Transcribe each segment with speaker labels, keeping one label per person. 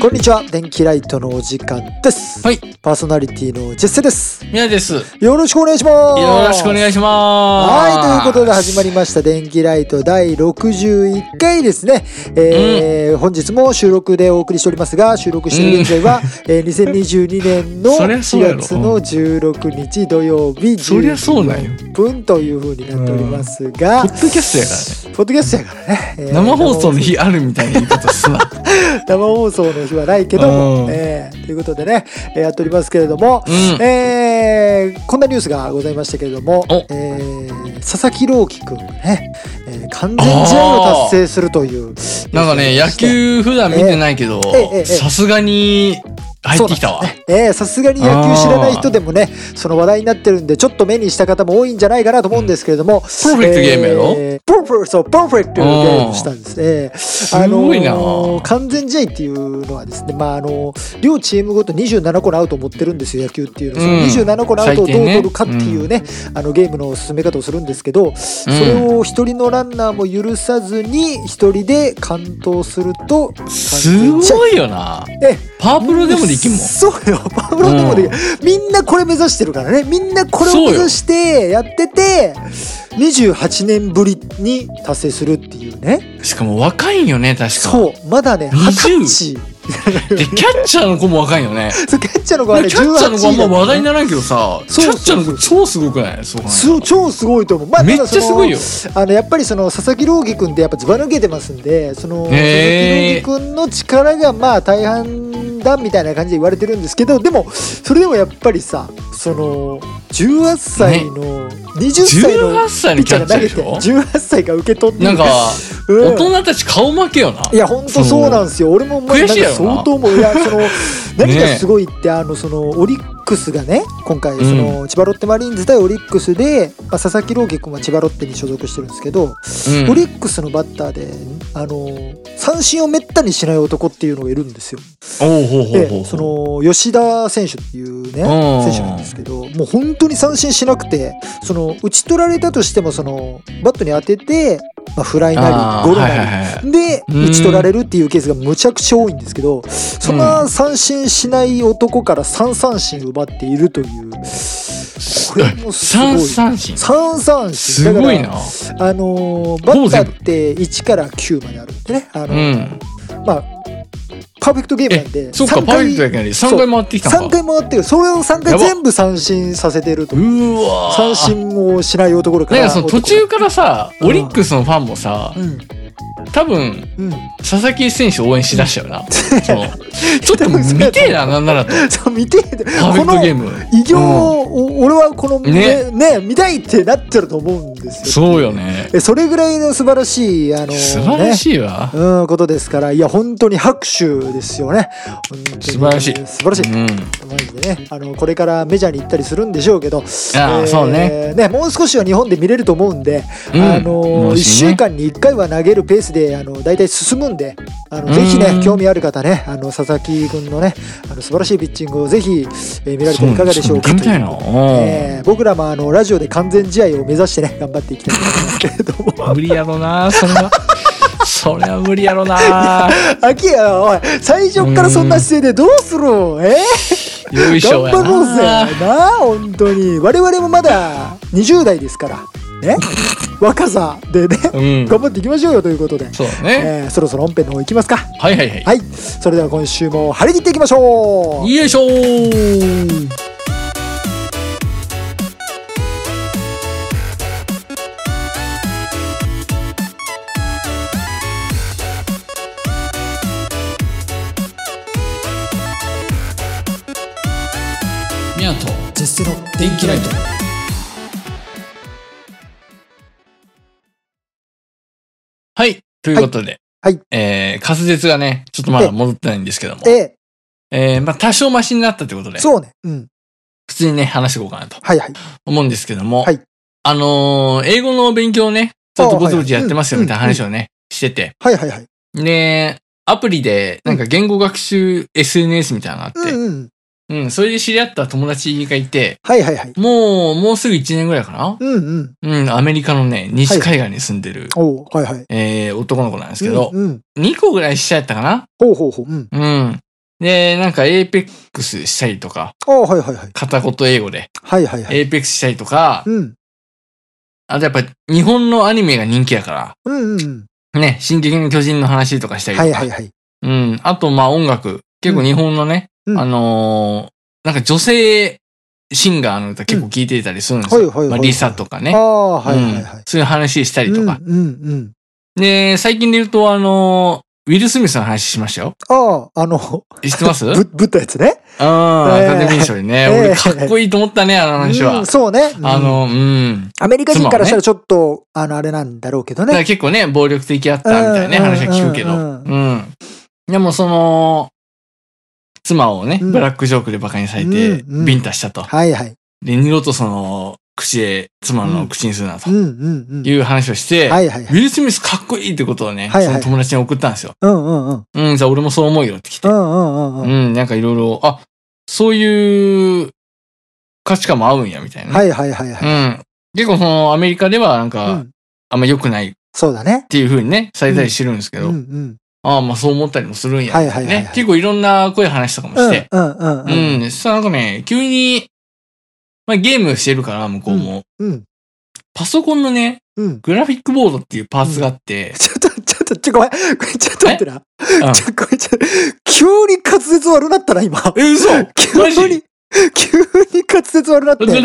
Speaker 1: こんにちは電気ライトのお時間です、
Speaker 2: はい、
Speaker 1: パーソナリティのジェッセです
Speaker 2: みなです。よ
Speaker 1: よろしくお願いします
Speaker 2: ろしくお願いします。
Speaker 1: はい、ということで始まりました「電気ライト」第61回ですね、えー本日も収録でお送りしておりますが収録している現在は、えー2022年の
Speaker 2: そりゃそうや
Speaker 1: 4
Speaker 2: ろ
Speaker 1: 月の16日土曜日
Speaker 2: そりゃそうなんよ
Speaker 1: 14分というふうになっておりますが、
Speaker 2: ポッドキャス
Speaker 1: ポッドキャストやからね、えー
Speaker 2: トやからね。生放送の日あるみたいな言い方 すな。
Speaker 1: 生放送の日はないけども、
Speaker 2: うん
Speaker 1: えーということでね、えーやっておりますけれども、
Speaker 2: うん
Speaker 1: えーこんなニュースがございましたけれども、
Speaker 2: お
Speaker 1: えー佐々木朗希君がね、えー完全試合を達成するという
Speaker 2: なんかね、野球普段見てないけど
Speaker 1: ええええええ、
Speaker 2: さすがに入ってきたわ。
Speaker 1: そうなんですねえーさすがに野球知らない人でもねその話題になってるんでちょっと目にした方も多いんじゃないかなと思うんですけれども、プ
Speaker 2: ロフェクトゲームやろ
Speaker 1: プロフェクトそうパーフェクトゲームしたんです、えー
Speaker 2: すごいな
Speaker 1: あのー完全試合っていうのはですね、まああのー両チームごと27個のアウトを持ってるんですよ野球っていうのは、
Speaker 2: うん
Speaker 1: その27個のアウトをどう
Speaker 2: 最低ね
Speaker 1: 取るかっていうね、あのゲームの進め方をするんですけど、それを一人のランナーも許さずに一人で完投すると
Speaker 2: す
Speaker 1: 完全試合
Speaker 2: ごいよな。
Speaker 1: えー
Speaker 2: パワープロでもできんもん。
Speaker 1: そうよパブロでもできる、みんなこれ目指してるからねみんなこれを目指してやってて28年ぶりに達成するっていうね
Speaker 2: しかも若いんよね、確か。
Speaker 1: そうまだね二
Speaker 2: 20
Speaker 1: 十歳
Speaker 2: で、キャッチャーの子も若いよ ね。
Speaker 1: そうキャッチャーの子
Speaker 2: キ
Speaker 1: は
Speaker 2: ャ
Speaker 1: ね
Speaker 2: ッ
Speaker 1: 18
Speaker 2: チャーの子あん
Speaker 1: だ
Speaker 2: ま話題にならんけどさ、キ
Speaker 1: そ
Speaker 2: ャ
Speaker 1: う
Speaker 2: ッチャーの子超すごくないそう考えたら
Speaker 1: そう超すごいと思う、まあ
Speaker 2: めっちゃすごいよ
Speaker 1: ただ。そのあのやっぱりその佐々木朗希君ってやっぱずば抜けてますんでその佐々
Speaker 2: へ
Speaker 1: 木
Speaker 2: ー
Speaker 1: 朗希君の力がまあ大半だみたいな感じで言われてるんですけどでもそれでもやっぱりさその18歳の、20歳の
Speaker 2: 18歳
Speaker 1: ピッ
Speaker 2: の
Speaker 1: チ
Speaker 2: キ
Speaker 1: ャーが
Speaker 2: ャッチャ
Speaker 1: 投
Speaker 2: ー
Speaker 1: げ
Speaker 2: で
Speaker 1: て
Speaker 2: しょ
Speaker 1: 18歳が受け取って
Speaker 2: なんか、
Speaker 1: うん
Speaker 2: 大人たち顔負けよな。
Speaker 1: いや本当そうなんですよ俺ももうなん
Speaker 2: 悔
Speaker 1: か
Speaker 2: しいやろな
Speaker 1: 相当もういやそ の何がすごいってあのそのオリックスがね今回その千葉ロッテマリーンズ対オリックスで、まあ、佐々木朗希君は千葉ロッテに所属してるんですけど、
Speaker 2: うん
Speaker 1: オリックスのバッターであの三振をめったにしない男っていうのがいるんですよ。
Speaker 2: おうほうほうほ
Speaker 1: で
Speaker 2: う。
Speaker 1: その吉田選手っていうね
Speaker 2: うん
Speaker 1: 選手なんですけどもう本当に三振しなくてその打ち取られたとしてもそのバットに当てて、まあ、フライな
Speaker 2: あー
Speaker 1: りゴロな
Speaker 2: は
Speaker 1: り、
Speaker 2: いはいはい
Speaker 1: で
Speaker 2: うん
Speaker 1: 打ち取られるっていうケースがむちゃくちゃ多いんですけどそんな三振しない男から3三振奪っているというこれもすご
Speaker 2: 三
Speaker 1: い。
Speaker 2: 三振。
Speaker 1: 三三振
Speaker 2: すごいな。
Speaker 1: だからあのーバ
Speaker 2: ほ
Speaker 1: ッ
Speaker 2: ぼ
Speaker 1: タ
Speaker 2: 全
Speaker 1: ー
Speaker 2: 部
Speaker 1: って1から9まであるんでねあの、
Speaker 2: うん。
Speaker 1: まあパーフェクトゲームなんで
Speaker 2: そっか、
Speaker 1: 三
Speaker 2: パーフ
Speaker 1: 回
Speaker 2: ェクトやけんね。3回回ってきた
Speaker 1: 3
Speaker 2: のか。
Speaker 1: 回回ってるそれを3回
Speaker 2: やば
Speaker 1: 全部三振させてると
Speaker 2: うーわー
Speaker 1: 三振をしない男か
Speaker 2: なん
Speaker 1: ら
Speaker 2: かその途中からさ、オリックスのファンもさ
Speaker 1: う、ん
Speaker 2: 多分、
Speaker 1: うん
Speaker 2: 佐々木選手を応援しだしたよな。そのちょっと見てえ な、なんならと。
Speaker 1: そう見てて
Speaker 2: パー
Speaker 1: こ
Speaker 2: フェクト
Speaker 1: の
Speaker 2: ゲーム。
Speaker 1: 偉業を、お俺はこのね
Speaker 2: ね
Speaker 1: ね見たいってなってると思うんですよ
Speaker 2: そうよね。
Speaker 1: えそれぐらいの素晴らしいあの
Speaker 2: 素晴らしいわ。
Speaker 1: ねうん、ことですからいや本当に拍手ですよね本当に
Speaker 2: 素晴らしい
Speaker 1: 素晴らしい、
Speaker 2: うん。
Speaker 1: マジでねあのこれからメジャーに行ったりするんでしょうけどあ、
Speaker 2: あそうね
Speaker 1: もう少しは日本で見れると思うんで、
Speaker 2: うん
Speaker 1: あの1
Speaker 2: もしね
Speaker 1: 週間に1回は投げるペースであの大体進むんであ
Speaker 2: う
Speaker 1: の
Speaker 2: ん
Speaker 1: ぜひね興味ある方ねあの佐々木君のねあの素晴らしいピッチングをぜひ、えー見られて
Speaker 2: そう
Speaker 1: いかがでしょうか
Speaker 2: ちょっ
Speaker 1: と
Speaker 2: と見て
Speaker 1: い
Speaker 2: みた
Speaker 1: う
Speaker 2: いな。うん
Speaker 1: えー僕らもあのラジオで完全試合を目指してね頑張っていきたいと思いますけれど も
Speaker 2: 無理やろな、それは。 それは無理やろな。
Speaker 1: 秋やおい最初からそんな姿勢でどうするのえー
Speaker 2: よいし
Speaker 1: 頑
Speaker 2: ょやな。
Speaker 1: 張ろうぜなあ本当に我々もまだ20代ですからね 若さでね
Speaker 2: うん。
Speaker 1: 頑張っていきましょうよということで、
Speaker 2: そうだね。
Speaker 1: えーそろそろ本編の方行きますか
Speaker 2: はいはいはい。
Speaker 1: はいそれでは今週も張り切っていきましょう
Speaker 2: よいしょーみやと
Speaker 1: 絶世の電気ライト
Speaker 2: はいということで、
Speaker 1: はい
Speaker 2: えー、滑舌がねちょっとまだ戻ってないんですけども
Speaker 1: え
Speaker 2: えー、まあ多少マシになったということ
Speaker 1: ー
Speaker 2: で
Speaker 1: そうねうん
Speaker 2: 普通にね話していこうかなと
Speaker 1: はいはい
Speaker 2: 思うんですけども、
Speaker 1: はい
Speaker 2: あのー英語の勉強をね、ちょっとぼちぼちやってます
Speaker 1: あ
Speaker 2: よ
Speaker 1: ー
Speaker 2: みたいな話をね、してて。
Speaker 1: はいはいはい
Speaker 2: で、アプリで、なんか言語学習 SNS みたいなのがあっ
Speaker 1: う
Speaker 2: て、
Speaker 1: んうん
Speaker 2: うん、それで知り合った友達がいて、
Speaker 1: はいはいはい
Speaker 2: もう、もうすぐ1年ぐらいかな
Speaker 1: うんうん
Speaker 2: うん、アメリカのね、西海岸に住んでる、
Speaker 1: おうはいはい
Speaker 2: えー、男の子なんですけど、
Speaker 1: うんうん
Speaker 2: 2個ぐらい下やったかな
Speaker 1: ほうほうほううん
Speaker 2: うん。で、なんか APEX したりとか、
Speaker 1: あはいはいはい。
Speaker 2: 片言英語で
Speaker 1: はいはいはい。
Speaker 2: APEX したりとか、
Speaker 1: うん。
Speaker 2: あとやっぱ日本のアニメが人気だか
Speaker 1: うんうんうん。
Speaker 2: ら、ね、進撃の巨人の話とかしたりと
Speaker 1: は
Speaker 2: か、
Speaker 1: いはいはい。
Speaker 2: うん。あと、まあ音楽。結構日本のね、
Speaker 1: うん
Speaker 2: あのーなんか女性シンガーの歌結構聴いてたりするんですよ。
Speaker 1: うんはいはいはい
Speaker 2: まあリサとか
Speaker 1: あ
Speaker 2: ね。
Speaker 1: あ、はいはい
Speaker 2: うん
Speaker 1: は
Speaker 2: そういう話した
Speaker 1: い。
Speaker 2: りとか。
Speaker 1: うんうんうん。
Speaker 2: で、最近で言うと、あのーウィル・スミスの話しましたよ。
Speaker 1: ああ、あの、
Speaker 2: 知ってますうん。
Speaker 1: ぶ、ぶったやつね。
Speaker 2: アカデミー賞でね。
Speaker 1: えー
Speaker 2: 俺かっこいいと思ったね、あの話は
Speaker 1: うん。そうね。うん
Speaker 2: あ、の、うん。
Speaker 1: アメリカ人からしたらちょっと、あの、あれなんだろうけど
Speaker 2: だから
Speaker 1: ね。
Speaker 2: 結構ね、暴力的やったみたいなね、
Speaker 1: うん
Speaker 2: 話は聞くけど。
Speaker 1: う
Speaker 2: うんん。でも、その、妻をね、
Speaker 1: うん
Speaker 2: ブラックジョークで馬鹿にされて、
Speaker 1: うんうん
Speaker 2: ビンタしたと。
Speaker 1: はいはい。
Speaker 2: で、二度とその、口で、妻の口にするなと
Speaker 1: うんうんう
Speaker 2: いう話をして、
Speaker 1: ん。はいはい
Speaker 2: ウ
Speaker 1: はい。
Speaker 2: ィル・スミスかっこいいってことをね、
Speaker 1: はいはい
Speaker 2: その友達に送ったんですよ。
Speaker 1: うんうんうん。
Speaker 2: うん、じゃあ俺もそう思うよって来て。
Speaker 1: う
Speaker 2: うん、
Speaker 1: うんうんうんん。
Speaker 2: なんかいろいろ、あ、そういう価値観も合うんや、みたいな、
Speaker 1: はいはいはいはい。
Speaker 2: うん。結構その、アメリカではなん
Speaker 1: う
Speaker 2: か、
Speaker 1: ん。
Speaker 2: あんま良くないっ
Speaker 1: そうだね。
Speaker 2: ていう風にね、されたりしてるんですけ
Speaker 1: う
Speaker 2: ど、
Speaker 1: んうん。
Speaker 2: ああ、まあそう思ったりもするんや、
Speaker 1: はいはいはいはい
Speaker 2: ね。結構いろんな声話とかも
Speaker 1: うん
Speaker 2: して。
Speaker 1: うんうん
Speaker 2: う
Speaker 1: うん。
Speaker 2: ん、そしたらなんかね、急に、まあゲームしてるから、向こうも。
Speaker 1: うん
Speaker 2: パソコンのね、
Speaker 1: うん。
Speaker 2: グラフィックボードっていうパーツがあって、
Speaker 1: ちょっと、ちょっと、ちょ、ごめん。ごめんちょっと待ってな。
Speaker 2: うん
Speaker 1: ちょ、ごめん、ちょ、急に滑舌悪なったな、今。
Speaker 2: え、嘘
Speaker 1: 急
Speaker 2: マジ
Speaker 1: に、急に滑舌悪なって。ちょ、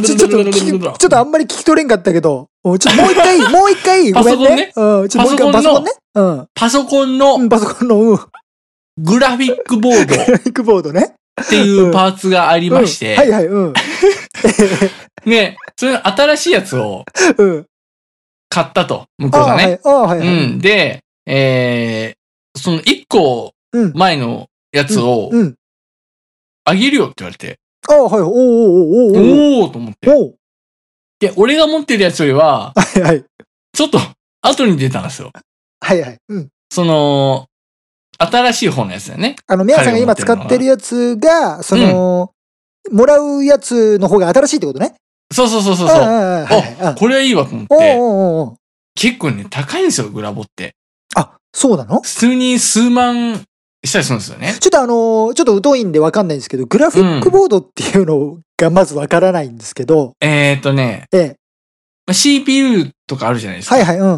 Speaker 1: ちょ、ちょっと聞き、ちょっとあんまり聞き取れんかったけど、おちょ、もう一回、もう一回、ごめんね。うん、ちょ、もう一回、パ
Speaker 2: パ
Speaker 1: ソ
Speaker 2: ソ
Speaker 1: コ
Speaker 2: コ
Speaker 1: ン
Speaker 2: ン
Speaker 1: ね。うん
Speaker 2: パソコン
Speaker 1: う
Speaker 2: の
Speaker 1: ん。パソコンの、うん、グ
Speaker 2: グラフィックボード
Speaker 1: ラフィックボードね。
Speaker 2: っていうパーツがありまし
Speaker 1: うんはい
Speaker 2: て、
Speaker 1: はい、うん。
Speaker 2: ね、それの新しいやつを
Speaker 1: うん。
Speaker 2: 買ったと、向
Speaker 1: あ
Speaker 2: こう
Speaker 1: あ、
Speaker 2: が
Speaker 1: は
Speaker 2: ね
Speaker 1: い。。ああ、はいうはい。
Speaker 2: ん。で、えー、その1個
Speaker 1: うん。
Speaker 2: 前のやつを
Speaker 1: うん。
Speaker 2: あげるよって言われて、
Speaker 1: ああ、はい。おうおうおうおうおう
Speaker 2: おーと思って。
Speaker 1: おう
Speaker 2: で、俺が持ってるやつよりは、
Speaker 1: はいはい。
Speaker 2: ちょっと後に出たんですよ。
Speaker 1: はいはい。うん。
Speaker 2: その、新しい方のやつだよね。
Speaker 1: あの、皆さんが今使ってるやつが、その、もらうやつの方が新しいってことね。
Speaker 2: そうそうそうそう
Speaker 1: あ
Speaker 2: そう。
Speaker 1: あああはいはい
Speaker 2: あ、これはいいわと思っ
Speaker 1: おう
Speaker 2: て。
Speaker 1: おうおうおう
Speaker 2: 結構ね、高いんですよ、グラボって。
Speaker 1: あ、そうなの
Speaker 2: 普通に数万したりするんですよね。
Speaker 1: ちょっとあのーちょっと疎いんでわかんないんですけど、グラフィックボードっていうのがまずわからないんですけど、
Speaker 2: えっ、ー、とね、
Speaker 1: ええ、
Speaker 2: まあ CPU とかあるじゃないですか。
Speaker 1: はいはい、うん。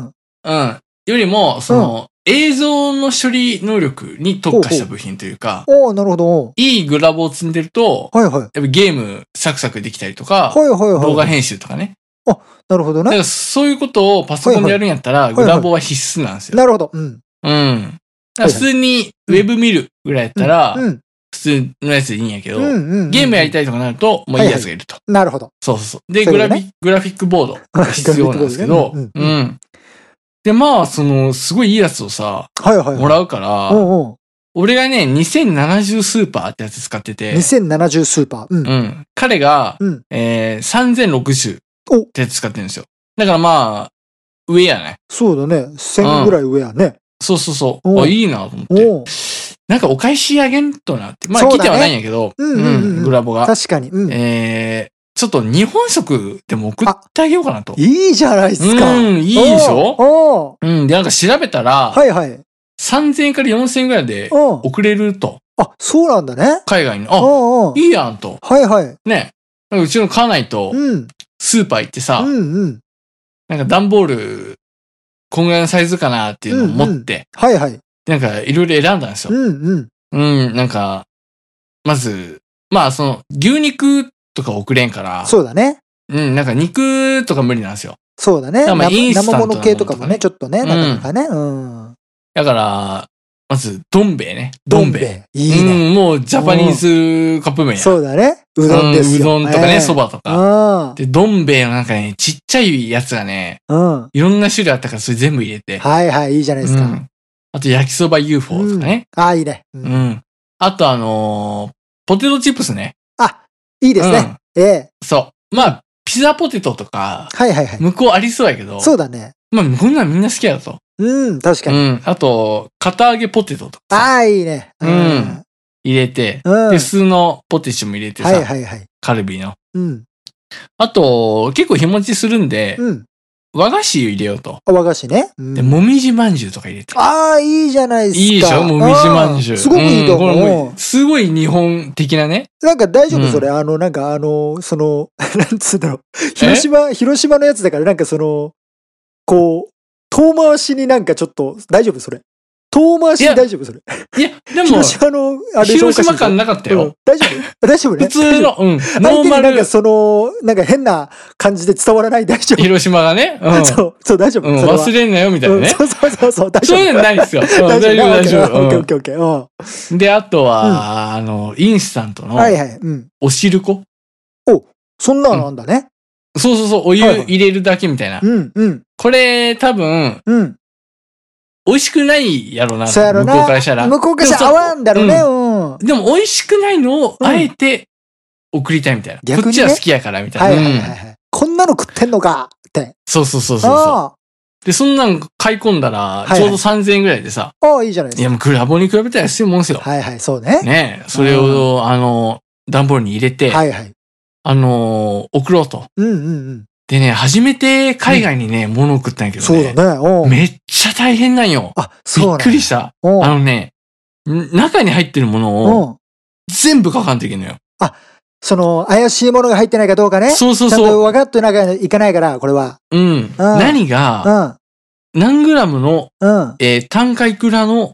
Speaker 2: うん。よりも、その、映像の処理能力に特化した部品というか、
Speaker 1: おおなるほど。
Speaker 2: いいグラボを積んでると、
Speaker 1: はいはい。
Speaker 2: やっぱゲームサクサクできたりとか、
Speaker 1: はいはいはい。
Speaker 2: 動画編集とかね。
Speaker 1: なるほど
Speaker 2: だか
Speaker 1: ね。
Speaker 2: らそういうことをパソコンでやるんやった
Speaker 1: い
Speaker 2: ら、
Speaker 1: はい
Speaker 2: グラボは必須なんですよ。
Speaker 1: なるほど。うん。
Speaker 2: うん。だから普通にウェブ見るぐらいやったら、
Speaker 1: うん。
Speaker 2: 普通のやつでいいんやけど、
Speaker 1: うんうんうん。
Speaker 2: ゲームやり
Speaker 1: た
Speaker 2: たいとかなると、もういいやつがいると。
Speaker 1: い。なるほど。
Speaker 2: そうそうそう。で、
Speaker 1: そう
Speaker 2: グ
Speaker 1: だ
Speaker 2: ラ
Speaker 1: ね
Speaker 2: フィグラフィックボードが必要なんですけど、
Speaker 1: グラフィックボ
Speaker 2: う
Speaker 1: ードね
Speaker 2: ん。で、まあ、その、すごいいいやつをさ、
Speaker 1: はいはいはい。
Speaker 2: もらうから、
Speaker 1: うんうん。
Speaker 2: 俺がね、2070スーパーってやつ使ってて、
Speaker 1: 2070スーパー。うん
Speaker 2: う。ん。彼が、
Speaker 1: うん
Speaker 2: えー、3060
Speaker 1: お
Speaker 2: ってやつ使ってるんですよ。だからまあ、上やね。
Speaker 1: そうだね。1000ぐらい上やね。
Speaker 2: そうそうそ
Speaker 1: お
Speaker 2: う。あ、いいなと思って。
Speaker 1: おお
Speaker 2: なんかお返しあげんとなって。まあ、
Speaker 1: そうだ
Speaker 2: 来
Speaker 1: ね
Speaker 2: てはないんやけど、
Speaker 1: うんうんうん
Speaker 2: グラボが。
Speaker 1: 確かに。うん。
Speaker 2: えー、ちょっと日本食でも送ってあげようかなと。
Speaker 1: いいじゃないですか。
Speaker 2: うん、いいでしょ
Speaker 1: おお
Speaker 2: うん、で、なんか調べたら、
Speaker 1: はいはい。うん。
Speaker 2: 3000円から4000円ぐらいで送れると、
Speaker 1: あ、そうなんだね。
Speaker 2: 海外に。
Speaker 1: う
Speaker 2: あ、
Speaker 1: んうん。
Speaker 2: いいやんと。
Speaker 1: はいはい。
Speaker 2: ね。なんかうちの家内と
Speaker 1: うん。
Speaker 2: スーパー行って
Speaker 1: う
Speaker 2: さ、
Speaker 1: んうん。
Speaker 2: なんか段ボール、こんぐらいのサイズかなっていうのを持って、
Speaker 1: はいはい。
Speaker 2: でなんかいろいろ選んだんです
Speaker 1: う
Speaker 2: よ。
Speaker 1: んうん。
Speaker 2: うん、なんか、まず、まあその、牛肉とか送れんから、
Speaker 1: そうだね。
Speaker 2: うん、なんか肉とか無理なんですよ。
Speaker 1: そうだね。
Speaker 2: まあイ
Speaker 1: 生
Speaker 2: ンス
Speaker 1: 生
Speaker 2: タントなもの
Speaker 1: 物系とかもね、ちょっとね、
Speaker 2: うん
Speaker 1: なかなかね。うん。
Speaker 2: だから、まず、どん兵衛ね。どん兵衛。
Speaker 1: いいね。
Speaker 2: うん、もうジャパニーズカップ麺や。
Speaker 1: そうだね。うどんですよ。
Speaker 2: ううどんとかね、そ
Speaker 1: ば
Speaker 2: ば、とか。で、どん兵衛のなんかね、ちっちゃいやつがね、
Speaker 1: うん。うん。
Speaker 2: いろんな種類あったからそれ全部入れて。
Speaker 1: はいはい、いいじゃないです
Speaker 2: う
Speaker 1: か。
Speaker 2: んあと焼きそば UFO とかね。
Speaker 1: ああ、いいね。う
Speaker 2: うんん。あとあのーポテトチップスね。
Speaker 1: あ、いいですね。ええ。
Speaker 2: そう。まあ、ピザポテトとか、
Speaker 1: はいはいはい。
Speaker 2: 向こうありそうやけど、
Speaker 1: そうだね。
Speaker 2: まあ、こんなんみんな好きやと。
Speaker 1: うん、確
Speaker 2: う
Speaker 1: かに。
Speaker 2: ん。あと、片揚げポテトとか
Speaker 1: ああ、いいね。うん。
Speaker 2: 入れて、
Speaker 1: うん。は
Speaker 2: で、
Speaker 1: い
Speaker 2: 普通のポテチも入れてさ、
Speaker 1: はいはい。
Speaker 2: カルビの。
Speaker 1: うん。
Speaker 2: あと、結構日持ちするんで、
Speaker 1: うん。
Speaker 2: 和菓子入れようと。
Speaker 1: あ和菓子ね。うん
Speaker 2: で、もみじまんじゅうとか入れて。
Speaker 1: ああ、いいじゃないですか。
Speaker 2: いいでしょもみじまんじゅ
Speaker 1: あー
Speaker 2: う。
Speaker 1: すごくいいと思
Speaker 2: んこれ
Speaker 1: う。
Speaker 2: もうすごい日本的なね。
Speaker 1: なんか大丈夫
Speaker 2: うん
Speaker 1: それ、あの、なんかあの、その、 なんつうんだろう。広島、広島のやつだから、なんかその、こう、遠回しになんかちょっと、大丈夫それ。遠回し
Speaker 2: い
Speaker 1: に
Speaker 2: や
Speaker 1: 大丈夫それ。
Speaker 2: いや、 でも
Speaker 1: 広、島の、あれ
Speaker 2: 広島感
Speaker 1: だ
Speaker 2: なかったよ。
Speaker 1: 大丈夫大丈夫ね。
Speaker 2: 普通の、うん、
Speaker 1: 大丈
Speaker 2: ノ
Speaker 1: 夫。相
Speaker 2: ー
Speaker 1: 手
Speaker 2: マ
Speaker 1: になん
Speaker 2: ル
Speaker 1: か、その、なんか変な感じで伝わらない大丈夫。
Speaker 2: 広島がね。う ん。
Speaker 1: そう、そう、大丈夫。
Speaker 2: うん
Speaker 1: それは
Speaker 2: 忘れんなよ、みたいな
Speaker 1: うん
Speaker 2: ね。
Speaker 1: そうそうそうそう、 大丈
Speaker 2: そう
Speaker 1: 夫。
Speaker 2: いうのないですよ。うん大丈夫、大丈
Speaker 1: オッケーオ
Speaker 2: 夫
Speaker 1: ッ。ケーオッケー。オッケーオッケー
Speaker 2: うんで、あとは、あの、インスタント
Speaker 1: うん
Speaker 2: の、
Speaker 1: はいはい。うん。
Speaker 2: おしるこ
Speaker 1: そんなのあんだね。
Speaker 2: そうそうそう、お湯
Speaker 1: はいはい
Speaker 2: 入れるだけみたいな
Speaker 1: う。ん、うん、
Speaker 2: これ、多分、
Speaker 1: うん。
Speaker 2: 美味しくないやろな、
Speaker 1: そうやろ
Speaker 2: 向
Speaker 1: な
Speaker 2: こうからしたら。
Speaker 1: 向こうからしたら合わんだろうね。うん。
Speaker 2: でも、美味しくないのを、
Speaker 1: うん
Speaker 2: あえて、送りたいみたいな。
Speaker 1: 逆にね
Speaker 2: こっちは好きやから、みた
Speaker 1: はいい
Speaker 2: な。
Speaker 1: は
Speaker 2: う
Speaker 1: い
Speaker 2: ん
Speaker 1: はいはい。こんなの食ってんのかって。
Speaker 2: そうそうそうそうそう。
Speaker 1: あ
Speaker 2: で、そんなん買い込んだら
Speaker 1: い、はい
Speaker 2: ちょうど3000円ぐらいでさ、
Speaker 1: あ、ああ、いいじゃない
Speaker 2: い
Speaker 1: です
Speaker 2: や、
Speaker 1: か。
Speaker 2: もうグラボに比べたら安いもんですよ。
Speaker 1: はいはい、そうね。
Speaker 2: ねそれを、あの、段ボールに入れて、
Speaker 1: はいはい。
Speaker 2: あの、送ろうと。
Speaker 1: うんうんうん。
Speaker 2: でね、初めて海外にね、物を送ったんやけど
Speaker 1: そう
Speaker 2: ね。
Speaker 1: だね。うん。
Speaker 2: めっちゃ大変なんよ。
Speaker 1: あ、そう
Speaker 2: び
Speaker 1: な
Speaker 2: っ
Speaker 1: んだ
Speaker 2: くりした。
Speaker 1: うん
Speaker 2: あのね、ん中に入ってるものを
Speaker 1: うん。
Speaker 2: 全部書かんといけんのよ。
Speaker 1: その、怪しいものが入ってないかどうかね。
Speaker 2: そうそう
Speaker 1: ちゃんと
Speaker 2: そ
Speaker 1: 分かってなんかいかないから、これは。
Speaker 2: う。うん。何が、何グラムの、
Speaker 1: うん。うん。はい
Speaker 2: えー単価いく らの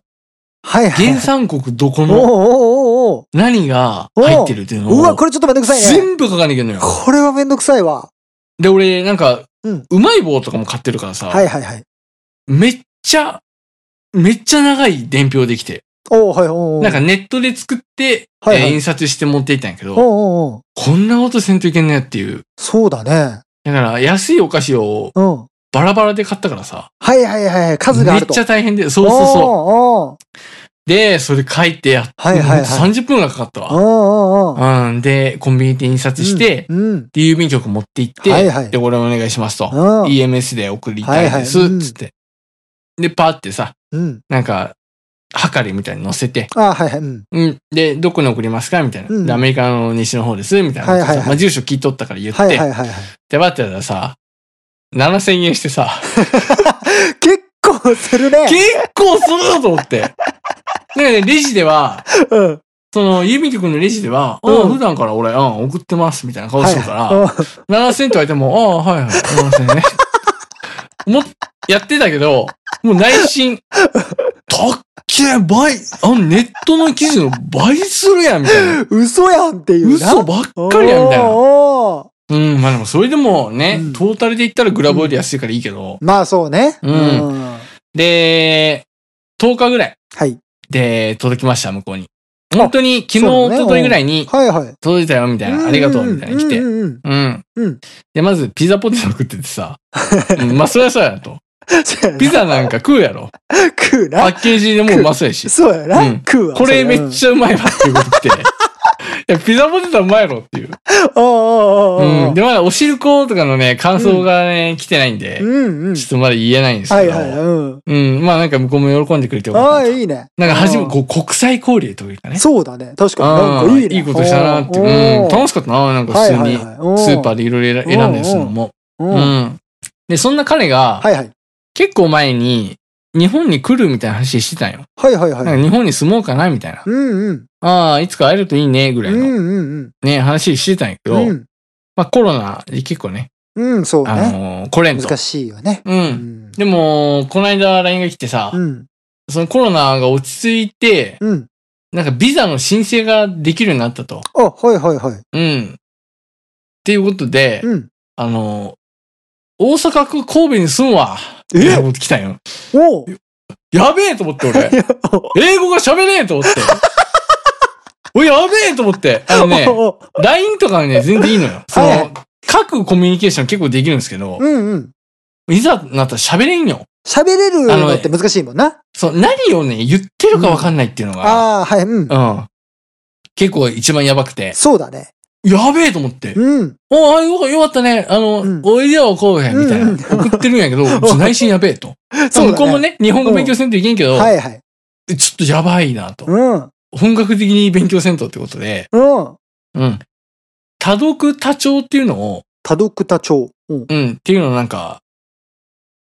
Speaker 1: はい。
Speaker 2: 原産国どこ
Speaker 1: おうお
Speaker 2: の
Speaker 1: うおう
Speaker 2: 何が入ってるっていう
Speaker 1: おうう
Speaker 2: の
Speaker 1: わ、
Speaker 2: を
Speaker 1: これちょっとめんどくさいね。
Speaker 2: 全部書かなきゃいけんのよ。
Speaker 1: これはめんどくさいわ。
Speaker 2: で、俺、なんか
Speaker 1: うん、
Speaker 2: うまい棒とかも買ってるからさ、
Speaker 1: はいはいはい。
Speaker 2: めっちゃ、めっちゃ長い伝票できて、
Speaker 1: おうはい、おうおう
Speaker 2: なんか、ネットで作って、
Speaker 1: はいはい
Speaker 2: えー印刷して持っていったんやけ
Speaker 1: おう
Speaker 2: ど、
Speaker 1: おうおう
Speaker 2: こんなことせんといけんのやっていう。
Speaker 1: そうだね。
Speaker 2: だから、安いお菓子を
Speaker 1: うん。
Speaker 2: バラバラで買ったからさ、
Speaker 1: はいはいはいはい。数が
Speaker 2: め
Speaker 1: あ
Speaker 2: っ
Speaker 1: ると。
Speaker 2: ちゃ大変で、そうそう
Speaker 1: お
Speaker 2: そう。
Speaker 1: うおう
Speaker 2: で、それ書いてやっ
Speaker 1: はいはいはい
Speaker 2: ほんと30分がかかったわ。
Speaker 1: おうおうおう
Speaker 2: うん、で、コンビニで印刷して、
Speaker 1: うん。
Speaker 2: で、郵便局持って行って、
Speaker 1: はいはい
Speaker 2: で、これお願いしますと。
Speaker 1: うん。
Speaker 2: EMS で送りたいです、
Speaker 1: はいはいうん
Speaker 2: つって。で、パーってさ、
Speaker 1: うん。
Speaker 2: なんか、はかりみたいに乗せて、
Speaker 1: あはいはい。うん。
Speaker 2: うん、で、どこに送りますかみたいな、
Speaker 1: うん
Speaker 2: でアメリカの西の方です、みたいな
Speaker 1: は
Speaker 2: ことさ。
Speaker 1: いはいはい
Speaker 2: まあ、住所聞いとったから言って、
Speaker 1: はいはいはいは
Speaker 2: で、待ってたらさ、7000円し てさ、
Speaker 1: い。結構するね。
Speaker 2: 結構するぞと思って。だからね、レジでは、
Speaker 1: うん。
Speaker 2: その、郵便局のレジでは、
Speaker 1: うん
Speaker 2: うん、普段から俺、うん、送ってます、みたいな顔
Speaker 1: は
Speaker 2: し
Speaker 1: い
Speaker 2: てるから、
Speaker 1: はい
Speaker 2: 7000って言われても、ああ、はいはい、7000ね。 も、やってたけど、もう内心、たっけえ、倍、あのネットの記事の倍するやん、みたいな。
Speaker 1: うん嘘やんっていうな。
Speaker 2: 嘘ばっかりやん、みたいな。
Speaker 1: おー
Speaker 2: うん、まあでもそれでもね、
Speaker 1: うん
Speaker 2: トータルで言ったらグラボより安いからいいけど、
Speaker 1: まあそうね。
Speaker 2: うん
Speaker 1: は
Speaker 2: で、10日ぐらい
Speaker 1: い。
Speaker 2: で届きました、向こうに。本当に昨日、
Speaker 1: そうだね
Speaker 2: 一昨日ぐらいに
Speaker 1: はいはい。
Speaker 2: 届いたよ、みたいな。ありがとう、みたいな来て。
Speaker 1: うんうんうん
Speaker 2: うん。
Speaker 1: うん
Speaker 2: で、まずピザポテト食ってて さ、うんまあそりゃそうやなと。
Speaker 1: そうやな
Speaker 2: ピザなんか食うや ろ。
Speaker 1: 食う
Speaker 2: パ
Speaker 1: な。
Speaker 2: ッケージでもううまそうやし。
Speaker 1: そうやな
Speaker 2: うん。
Speaker 1: 食うわ。
Speaker 2: これめっちゃうまいわっていうこと って。いや、ピザポテトうまいやろっていう。
Speaker 1: ゃ。おうおうおう
Speaker 2: う
Speaker 1: お
Speaker 2: ん。
Speaker 1: う
Speaker 2: で、まだおしることかのね、感想がね、来てないんで、
Speaker 1: うんうん。
Speaker 2: ちょっとまだ言えないんです
Speaker 1: はい
Speaker 2: けど。
Speaker 1: はい。うん。
Speaker 2: うん。まあなんか向こうも喜んでくれてよか
Speaker 1: ああ、
Speaker 2: ったなと。
Speaker 1: いいね。
Speaker 2: なんか初め、
Speaker 1: うん
Speaker 2: こう、国際交流というかね。
Speaker 1: そうだね。確かに。なん
Speaker 2: う
Speaker 1: か
Speaker 2: ん
Speaker 1: いいね。
Speaker 2: いいことしたなって。
Speaker 1: お
Speaker 2: いう
Speaker 1: ー
Speaker 2: うん。楽しかったな。なんか
Speaker 1: はい
Speaker 2: 普通
Speaker 1: はい
Speaker 2: に
Speaker 1: はいおー
Speaker 2: スーパーでいろいろ選んでするのも。
Speaker 1: うん
Speaker 2: うん。で、そんな彼が、
Speaker 1: はいはい。
Speaker 2: 結構前に、日本に来るみたいな話してたんよ。
Speaker 1: はいはいは。
Speaker 2: ないんか日本に住もうかなみたいな。
Speaker 1: うんうん。
Speaker 2: ああ、いつか会えるといいね、ぐら
Speaker 1: う
Speaker 2: い
Speaker 1: ん
Speaker 2: の
Speaker 1: うん
Speaker 2: ね、話してたんやけ
Speaker 1: う
Speaker 2: ど、
Speaker 1: ん。
Speaker 2: まあコロナで結構ね、
Speaker 1: うん、うん、そう
Speaker 2: あ
Speaker 1: ね。
Speaker 2: のー来れんと
Speaker 1: 難。しいよね。
Speaker 2: う。
Speaker 1: うんん。
Speaker 2: でも、この間 LINE が来てさ、
Speaker 1: うん。
Speaker 2: そのコロナが落ち着いて、
Speaker 1: うん。
Speaker 2: なんかビザの申請ができるようになったと。
Speaker 1: あ、はいはいはい。
Speaker 2: うん。っていうことで、
Speaker 1: うん。
Speaker 2: あのー大阪区神戸に住むわ。
Speaker 1: え
Speaker 2: みたいなこと来たんよ。
Speaker 1: おう
Speaker 2: やべえと思って 俺。英語が喋れえと思って。おい、やべえと思って。あの ね、
Speaker 1: おう
Speaker 2: LINE とかね、全然い いのよ。そ
Speaker 1: はいはい
Speaker 2: の、各コミュニケーション結構できるんですけど、
Speaker 1: うんうん。
Speaker 2: いざなったら喋れんよ。
Speaker 1: 喋れるのって難しいもんな。
Speaker 2: そう、何をね、言ってるかわかんないっていうのが、
Speaker 1: ああ、はい、うん
Speaker 2: う。ん。結構一番やばくて、
Speaker 1: そうだね。
Speaker 2: やべえと思って、
Speaker 1: うん。
Speaker 2: おあ、よかよかったね、あの、
Speaker 1: うん
Speaker 2: おいでよ、神戸、みたいな、
Speaker 1: うん
Speaker 2: 送ってる んやけど、ちょっと内心やべえと。
Speaker 1: そうだね
Speaker 2: 向こうもね、日本語勉強せんといけんけど、
Speaker 1: はいはい。
Speaker 2: ちょっとやばいなと。
Speaker 1: うん。
Speaker 2: 本格的に勉強せんとってことで、
Speaker 1: うん。
Speaker 2: うん。多読多聴っていうのを、
Speaker 1: 多読多聴。うん。
Speaker 2: うん、っていうのをなんか、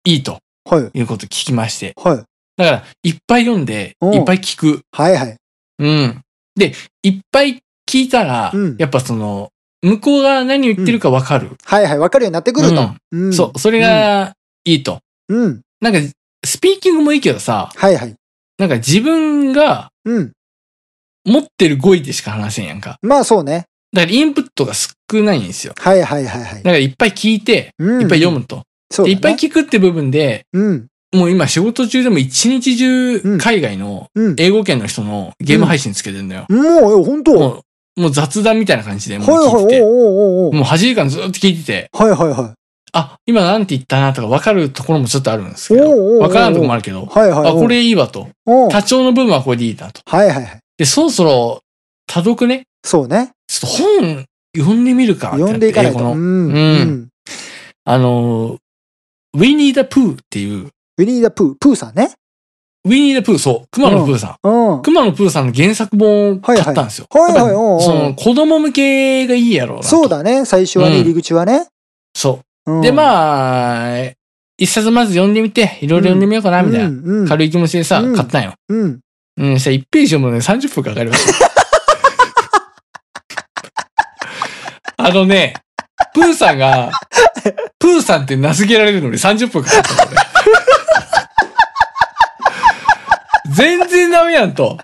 Speaker 2: いいと
Speaker 1: はい。はい。
Speaker 2: いうことを聞きまして。
Speaker 1: はい
Speaker 2: だから、いっぱい読んで、
Speaker 1: うん
Speaker 2: いっぱい聞く。
Speaker 1: はいはい。
Speaker 2: うん。で、いっぱい聞いたら、
Speaker 1: うん
Speaker 2: やっぱその、向こうが何を言ってるかわかる。
Speaker 1: はいはい。わかるようになってくると。うん
Speaker 2: そう、それ。がいいと。
Speaker 1: うんうん。
Speaker 2: なんか、スピーキングもいいけどさ、
Speaker 1: はいはい。
Speaker 2: なんか自分が
Speaker 1: うん。
Speaker 2: 持ってる語彙でしか話せんやんか。
Speaker 1: まあそうね。
Speaker 2: だからインプットが少ないんですよ。
Speaker 1: はいはいはいはい。
Speaker 2: だからいっぱい聞いて、
Speaker 1: うん
Speaker 2: いっぱい読むと。
Speaker 1: そう
Speaker 2: で
Speaker 1: だね
Speaker 2: いっぱい聞くって部分で、
Speaker 1: うん。
Speaker 2: もう今仕事中でも一日
Speaker 1: うん
Speaker 2: 中海外の
Speaker 1: うん。
Speaker 2: 英語圏の人のゲーム配信つけてんだよ。
Speaker 1: もう、え、本当はい
Speaker 2: もう、もう雑談みたいな感じでもう
Speaker 1: はい。
Speaker 2: 聞い
Speaker 1: おう
Speaker 2: てて。
Speaker 1: おうおうおう
Speaker 2: もう8時間ずっと聞いてて、
Speaker 1: はいはいは
Speaker 2: あ、今なんて言ったなとか分かるところもちょっとあるんですけ
Speaker 1: おうおうおう
Speaker 2: ど、分からんところもあるけど、
Speaker 1: い。はいはい。
Speaker 2: あ、これいいわと。
Speaker 1: うん。はい
Speaker 2: 多長の部分はこれでいいなと。
Speaker 1: はいはい。
Speaker 2: で、そろそろ、多読ね、
Speaker 1: そうね。
Speaker 2: ちょっと本読んでみるかってなって。
Speaker 1: 読んでいかないと。
Speaker 2: 英
Speaker 1: う
Speaker 2: 語の
Speaker 1: ん。
Speaker 2: うん
Speaker 1: うん。
Speaker 2: あの、We Need a Pooh っていう、
Speaker 1: ウィニーダ・プー、プーさんね。
Speaker 2: We Need a Pooh、そう、熊野プーさん。
Speaker 1: うん。
Speaker 2: 熊野プーさんの原作本を買ったんですよ。
Speaker 1: はいはいはいはい
Speaker 2: やっぱ
Speaker 1: うんうん
Speaker 2: その子供向けがいいやろうなと。
Speaker 1: そう。だね。最初はね、
Speaker 2: うん
Speaker 1: 入り口はね。
Speaker 2: そ
Speaker 1: うん
Speaker 2: う。で、まあ、一冊まず読んでみて、いろいろ読んでみようかな、みたいな。
Speaker 1: うんうん
Speaker 2: 軽い気持ちでさ、
Speaker 1: うん
Speaker 2: 買ったんよ。
Speaker 1: うん。
Speaker 2: うん、したら1ページ読むのね、30分かかり ました。あのね、プーさんが、プーさんって名付けられるのに30分かかったのね。全然ダメやんと。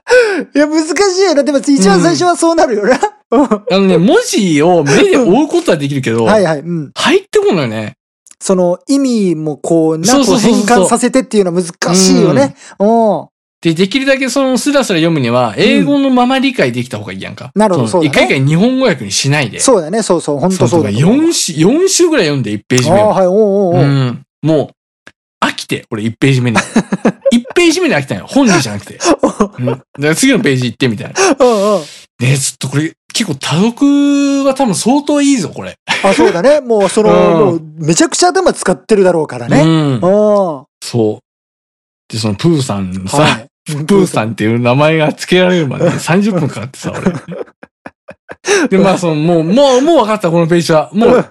Speaker 1: いや、難しいな。でも、一番最初はそうなるよな。う
Speaker 2: あのね、文字を目で追うことはできるけど、
Speaker 1: ん はいはい。うん。
Speaker 2: 入ってこないよね。
Speaker 1: その、意味もこう、な
Speaker 2: そ
Speaker 1: ん
Speaker 2: う
Speaker 1: か
Speaker 2: そうそう
Speaker 1: 変
Speaker 2: そう
Speaker 1: 換させてっていうのは難しいよね。うん。
Speaker 2: で、できるだけそのスラスラ読むには、英語のまま理解できた方がいいやんか。
Speaker 1: なるほど
Speaker 2: その
Speaker 1: そうだね
Speaker 2: 一回一回日本語訳にしないで。
Speaker 1: そうだね。そうそう。本当そうだと思う。
Speaker 2: 4週、四週ぐらい読んで1ページ目
Speaker 1: あ
Speaker 2: を
Speaker 1: あー、はい。おうおうおう。
Speaker 2: うん。もう、飽きて、俺1ページ 目に。1ページ目に飽きたんよ。本人じゃなくて。うん、だから次のページ行ってみたいな。
Speaker 1: うんうん。
Speaker 2: ねちょっとこれ、結構多読は多分相当いいぞ、これ。
Speaker 1: あ、そうだね。もう、その、も
Speaker 2: う
Speaker 1: う、めちゃくちゃ頭使ってるだろうからね。
Speaker 2: うん
Speaker 1: う。ん。は
Speaker 2: そう。で、そのプーさんのさ、
Speaker 1: い。
Speaker 2: プーさんっていう名前が付けられる まで30分かかってさ、俺。で、まあ、その、もう、もう、もう分かった、このページは。もう、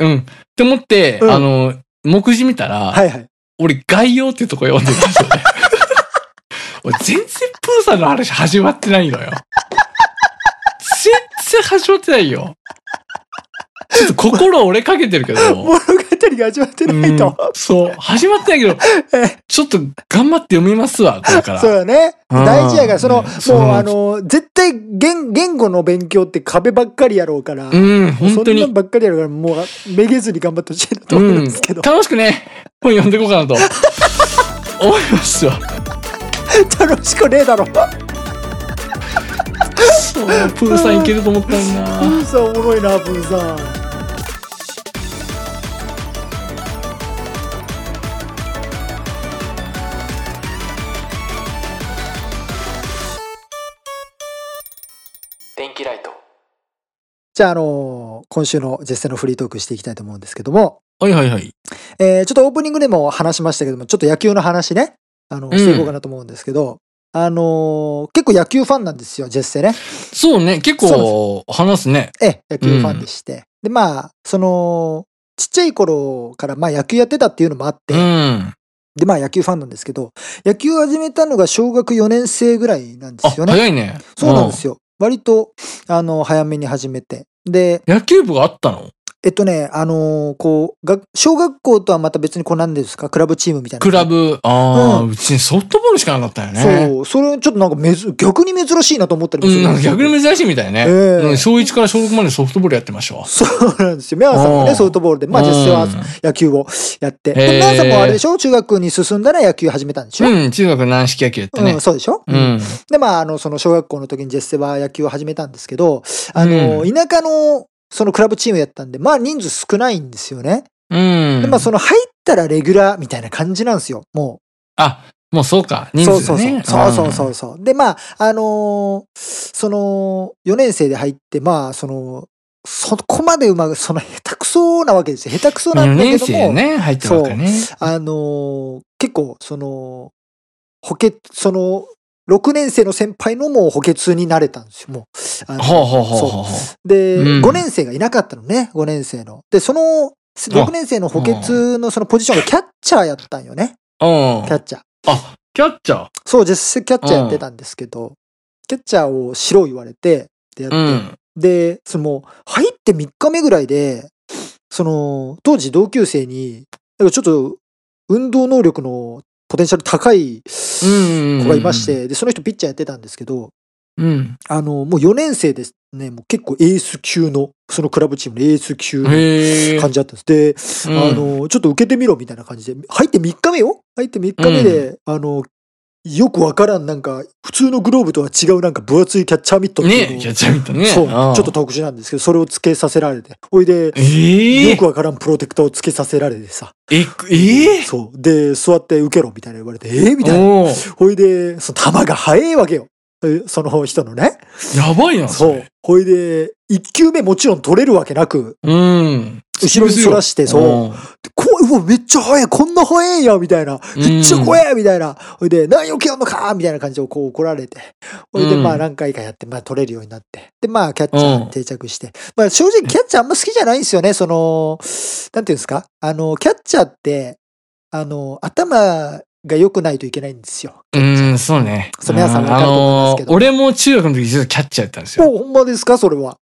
Speaker 2: うん。って思って、
Speaker 1: うん
Speaker 2: あの、目次見たら、
Speaker 1: はいはい。
Speaker 2: 俺、概要ってとこ読んでたんですよ ね。俺、全然プーさんの話始まってないのよ。全然始まってないよ。ちょっと心折れかけてるけど。
Speaker 1: 物語が始まってないと。
Speaker 2: うんそう。始まってないけど
Speaker 1: え、
Speaker 2: ちょっと頑張って読みますわ、これから。
Speaker 1: そうだね。
Speaker 2: うん
Speaker 1: 大事やから、その、
Speaker 2: うんそう
Speaker 1: もう、あの、絶対言、言語の勉強って壁ばっかりやろうから。
Speaker 2: うん、本当
Speaker 1: そんな
Speaker 2: に
Speaker 1: ん。ばっかりやるから、もう、めげずに頑張ってほしいなと思
Speaker 2: う
Speaker 1: うん
Speaker 2: ん
Speaker 1: ですけど。
Speaker 2: 楽しくね、本読んでいこうかなと。思いますわ。
Speaker 1: 楽しくねえだろ。
Speaker 2: そう、プーさんいけると思ったんだ
Speaker 1: プーさんおもろいな、プーさん。
Speaker 2: 電気ライト。
Speaker 1: じゃあ、あの、今週の絶世のフリートークしていきたいと思うんですけども、
Speaker 2: はいはいはい。
Speaker 1: えーちょっとオープニングでも話しましたけども、ちょっと野球の話ね、あの、
Speaker 2: うん
Speaker 1: していこうかなと思うんですけど、あの結構野球ファンなんですよ、絶世ね。
Speaker 2: そうね、結構話すね。
Speaker 1: ええ、野球ファンでして。で、まあ、その、ちっちゃい頃から、まあ、野球やってたっていうのもあって、
Speaker 2: うん。
Speaker 1: で、まあ、野球ファンなんですけど、野球を始めたのが小学4年生ぐらいなんで
Speaker 2: あ、
Speaker 1: すよね。
Speaker 2: 早いね。
Speaker 1: そうなんですよ。割と、あの、早めに始めて。で、
Speaker 2: うん。野球部があったの
Speaker 1: えっとね、あのーこう、が小学校とはまた別にこう、なんですか、クラブチームみたいな。
Speaker 2: クラブ。ああ、
Speaker 1: う
Speaker 2: うちにソフトボールしかなかったよね。
Speaker 1: そう、それちょっとなんかめず、逆に珍しいなと思ったりもす
Speaker 2: う
Speaker 1: る
Speaker 2: ん、なんか逆
Speaker 1: 珍しい。
Speaker 2: に珍しいみたいね。
Speaker 1: ええ
Speaker 2: うん小1から小6までソフトボールやってましたわ。
Speaker 1: そうなんですよ。メアさんも
Speaker 2: う
Speaker 1: ね、
Speaker 2: ん
Speaker 1: ソフトボールで、まあ実際は
Speaker 2: う
Speaker 1: 野球をやって。
Speaker 2: へ
Speaker 1: で、
Speaker 2: ー
Speaker 1: メアさんもあれでしょ中学に進んだら野球始めたんでしょ、
Speaker 2: ん、うん中学軟式野球やって
Speaker 1: う
Speaker 2: ね
Speaker 1: ん、。そうでしょ、
Speaker 2: うん。
Speaker 1: で、まあ、あの、その小学校の時にジェッセは野球を始めたんですけど、あの、
Speaker 2: う
Speaker 1: 田舎の、そのクラブチームやったんで、まあ人数少ないんですよね。
Speaker 2: うん
Speaker 1: で、。まあその入ったらレギュラーみたいな感じなんですよ、もう。
Speaker 2: あ、もうそうか。人数
Speaker 1: そう
Speaker 2: ね。
Speaker 1: そうそうそうそううそうそう。で、まあ、あのーその、4年生で入って、まあ、その、そこまでうまく、その、下手くそなわけですよ。下手くそ
Speaker 2: ん。
Speaker 1: なん
Speaker 2: 4
Speaker 1: だけ
Speaker 2: 年
Speaker 1: ども、
Speaker 2: 生ね、入ってるわけね。
Speaker 1: あのー結構、その、補欠、その、6年生の先輩のもう補欠になれたんですよ、もう。あの
Speaker 2: ほうほうほうほうほう。
Speaker 1: で、
Speaker 2: うん
Speaker 1: 5年生がいなかったのね、5年生の。で、その6年生の補欠のそのポジションがキャッチャーやったんよね。
Speaker 2: うん
Speaker 1: キ。ャッチャー。
Speaker 2: あ、キャッチャー。
Speaker 1: そう、実際キャッチャーやってたんですけど、キャッチャーをしろ言われて、で、やって、
Speaker 2: うん。
Speaker 1: で、その、入って3日目ぐらいで、その、当時同級生に、なんかちょっと、運動能力のポテンシャル高い
Speaker 2: うん。
Speaker 1: 子がいまし。て、で、その人ピッチャーやってたんですけど、
Speaker 2: うん。
Speaker 1: あの、もう4年生ですね、もう結構エース級の、そのクラブチームのエース級の
Speaker 2: へえ。
Speaker 1: 感じだったんです。で、
Speaker 2: うん
Speaker 1: あ、の、ちょっと受けてみろみたいな感じで、入って3日目よ入って3日目で、あの、よくわからん、なんか、普通のグローブとは違う、なんか分厚いキャッチャーミットっていうのを
Speaker 2: ねキャッチャーみたいなね。
Speaker 1: そう、ち
Speaker 2: あ
Speaker 1: ょ
Speaker 2: あ
Speaker 1: っと。特殊なんですけど、それをつけさせられて。ほいで、
Speaker 2: え
Speaker 1: よ
Speaker 2: え
Speaker 1: く。わからんプロテクターをつけさせられてさ。
Speaker 2: え、ええ。
Speaker 1: そう。で、座って受けろみたいな言われて、えー、みたいな。
Speaker 2: おお。
Speaker 1: ほいで、その球が速いわけよ。えその人のね。
Speaker 2: やばいな。
Speaker 1: そ
Speaker 2: れ
Speaker 1: う。。ほいで、1球目もちろん取れるわけなく、
Speaker 2: うん。
Speaker 1: 後ろに反らして、そう。
Speaker 2: うん。
Speaker 1: こう、うわ、めっちゃ速い、こんな速いんや、みたいな。めっちゃ怖えみたいな。ほいで、何よけよんのかみたいな感じでこう怒られて。ほいで、
Speaker 2: うん
Speaker 1: まあ何回かやって、まあ取れるようになって。で、まあキャッチャ
Speaker 2: う
Speaker 1: ー
Speaker 2: ん
Speaker 1: 定着して。まあ正直キャッチャーあんま好きじゃないんですよね。その、なんていうんですかあの、キャッチャーって、あの、頭が良くないといけないんですよ。
Speaker 2: うん、そうね。
Speaker 1: そう皆さんわかると思いますけど
Speaker 2: あのー俺も中学の時実はキャッチャーやったんですよ。
Speaker 1: もうほんまですかそれは。